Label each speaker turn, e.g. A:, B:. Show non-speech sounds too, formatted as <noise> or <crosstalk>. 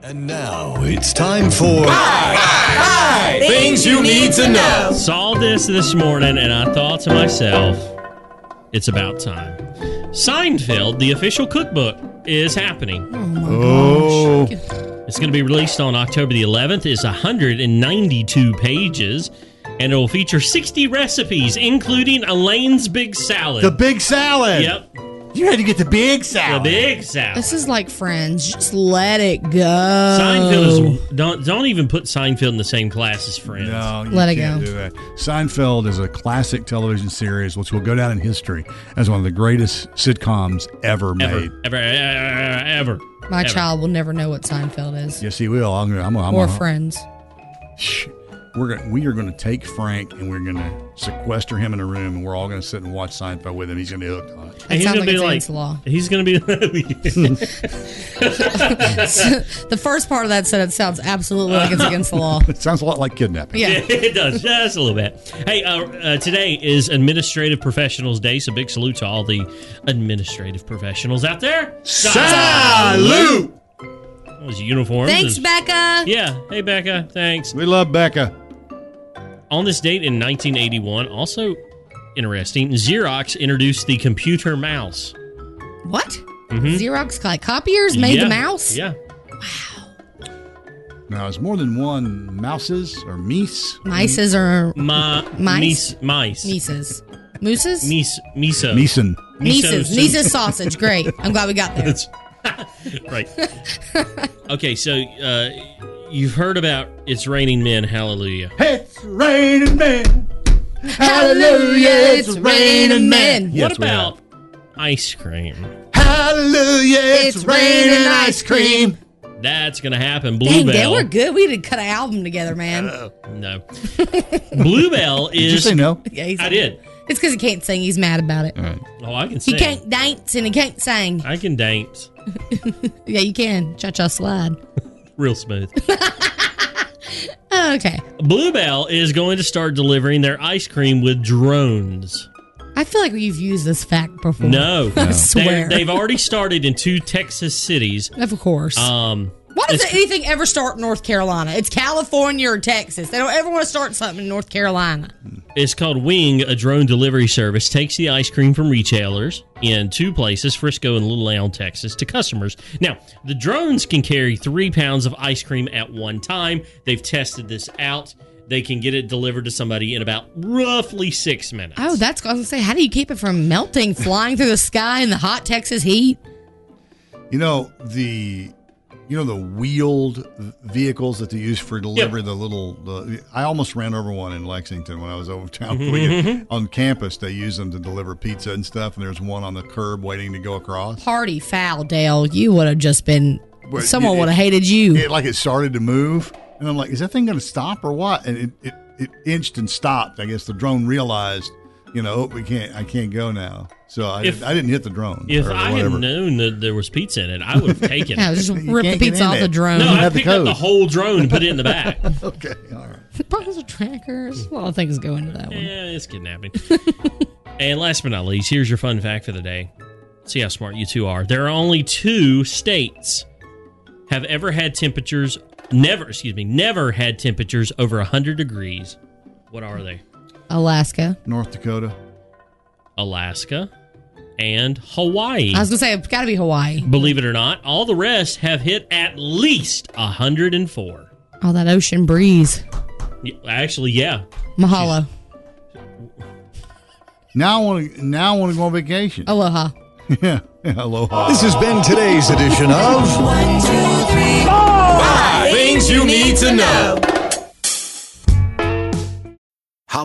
A: And now it's time for
B: Things you need to know.
C: Saw this this morning and I thought to myself, it's about time. Seinfeld, the official cookbook, is happening.
A: oh,
C: It's going to be released on October the 11th. It's 192 pages and it will feature 60 recipes, including Elaine's Big Salad.
A: the big salad.
C: Yep,
A: You had to get the big
C: the
A: salad.
C: Big Salad.
B: This is like friends. Just let it go.
C: Seinfeld is don't don't even put Seinfeld in the same class as Friends.
A: No, Oh, you
B: Let it
A: can't
B: go.
A: do that. Seinfeld is a classic television series which will go down in history as one of the greatest sitcoms ever,
C: Ever,
A: made.
C: ever, ever, ever.
B: My
C: ever.
B: child will never know what Seinfeld is.
A: Yes, he will. I'm gonna. I'm, I'm,
B: or
A: I'm,
C: <laughs>
B: friends. <laughs>
A: Shh. We're gonna, we are going to take Frank and we're going to sequester him in a room and we're all going to sit and watch Seinfeld with him. He's going to be hooked on it.
B: That
C: And he's
B: sounds
C: gonna
B: like
C: be
B: it's
C: like,
B: against the law.
C: he's gonna
A: <laughs>
C: be <laughs>
B: the first part of that sentence sounds absolutely like it's against
C: <laughs>
B: the law.
A: It sounds a lot like kidnapping.
B: Yeah.
C: Yeah, <laughs> it does just a little bit. Hey, uh, uh, today is Administrative Professionals Day, so big salute to all the administrative professionals out there.
A: Salute!
C: That was uniforms.
B: Thanks,
C: It was-
B: Becca.
C: Yeah. Hey, Becca. Thanks.
A: We love Becca.
C: On this date in 1981, also interesting, Xerox introduced the computer mouse.
B: What? Xerox like copiers
C: Mm-hmm.
B: made
C: Yeah,
B: the mouse?
C: Yeah.
A: Now, is more than one mouses or meese?
B: Mices or
C: My,
B: Mice?
C: Mice. Mice.
B: nieces? Mooses?
C: Mice. Miso.
A: Meeson.
B: Nieces.
C: Miso-
B: Nieces sausage. Great. I'm glad we
C: <laughs>
B: got there.
C: That's- right. <laughs> okay, so uh, you've heard about It's Raining Men, Hallelujah.
A: It's raining men.
B: Hallelujah, it's raining men.
A: Yes,
C: what
A: we have.
C: about ice cream?
A: Hallelujah, it's,
B: It's
A: raining,
B: raining
A: ice
B: ice cream.
A: cream.
C: That's going to happen.
B: Dang,
C: Bluebell. Oh.
B: they were good. We did cut an album together, man.
C: No. <laughs> Bluebell
A: Did
C: is.
A: you say no?
B: Yeah, he's-
C: I did.
B: It's because he can't sing. He's mad about it.
C: Oh, I can sing.
B: He can't dance and he can't sing.
C: I can dance
B: Yeah, you can. Cha cha slide.
C: real smooth. <laughs>
B: Oh, Okay.
C: Bluebell is going to start delivering their ice cream with drones.
B: I feel like you've used this fact before.
C: No.
B: I
C: They're-
B: swear.
C: They've already started in two Texas cities.
B: of course.
C: Um,
B: Why does anything ever start in North Carolina? It's California or Texas. They don't ever want to start something in North Carolina.
C: It's called Wing, a drone delivery service, takes the ice cream from retailers in two places, Frisco and Little Elm, Texas, to customers. Now, the drones can carry three pounds of ice cream at one time. They've tested this out. They can get it delivered to somebody in about roughly six minutes.
B: Oh, that's I was gonna say. How do you keep it from <laughs> melting, flying through the sky in the hot Texas heat?
A: You know the, you know the wheeled vehicles that they use for delivery. The little, the, I almost ran over one in Lexington when I was over town
C: Mm-hmm,
A: the weekend. on campus. They use them to deliver pizza and stuff. And there's one on the curb waiting to go across.
B: Party foul, Dale. You would have just been.
A: Well,
B: someone
A: it-
B: would have hated you.
A: It, like it started to move, and I'm like, is that thing going to stop or what? And it, it it inched and stopped. I guess the drone realized, you know, oh, we can't, I can't go now. So I,
C: If-
A: did, I didn't hit the drone.
C: if
A: or
C: I
A: whatever.
C: had known that there was pizza in it, I would have
B: <laughs>
C: taken
B: yeah,
C: it.
B: just
A: You
B: rip the
A: can't get
B: pizza
A: in
B: off the
A: it.
B: <laughs> drone.
C: No,
A: You
C: I
A: have the
C: picked up the
A: code.
C: whole drone and put it in the
B: <laughs>
C: back.
A: Okay, all right.
B: Problems with trackers. A lot of things go into that one.
C: Yeah, it's kidnapping. <laughs> and last but not least, here's your fun fact for the day. See how smart you two are. There are only two states have ever had temperatures never, excuse me, never had temperatures over 100 degrees. What are they?
B: Alaska.
A: North Dakota.
C: Alaska and Hawaii.
B: I was gonna say it's got to be Hawaii.
C: Believe it or not, all the rest have hit at least 104.
B: Oh, that ocean breeze.
C: Y- Actually, yeah.
B: Mahalo.
A: Now I want to. Now I want to go on vacation.
B: Aloha.
A: <laughs> Yeah. Aloha.
D: This has been today's edition of
B: Things you need to know.
E: How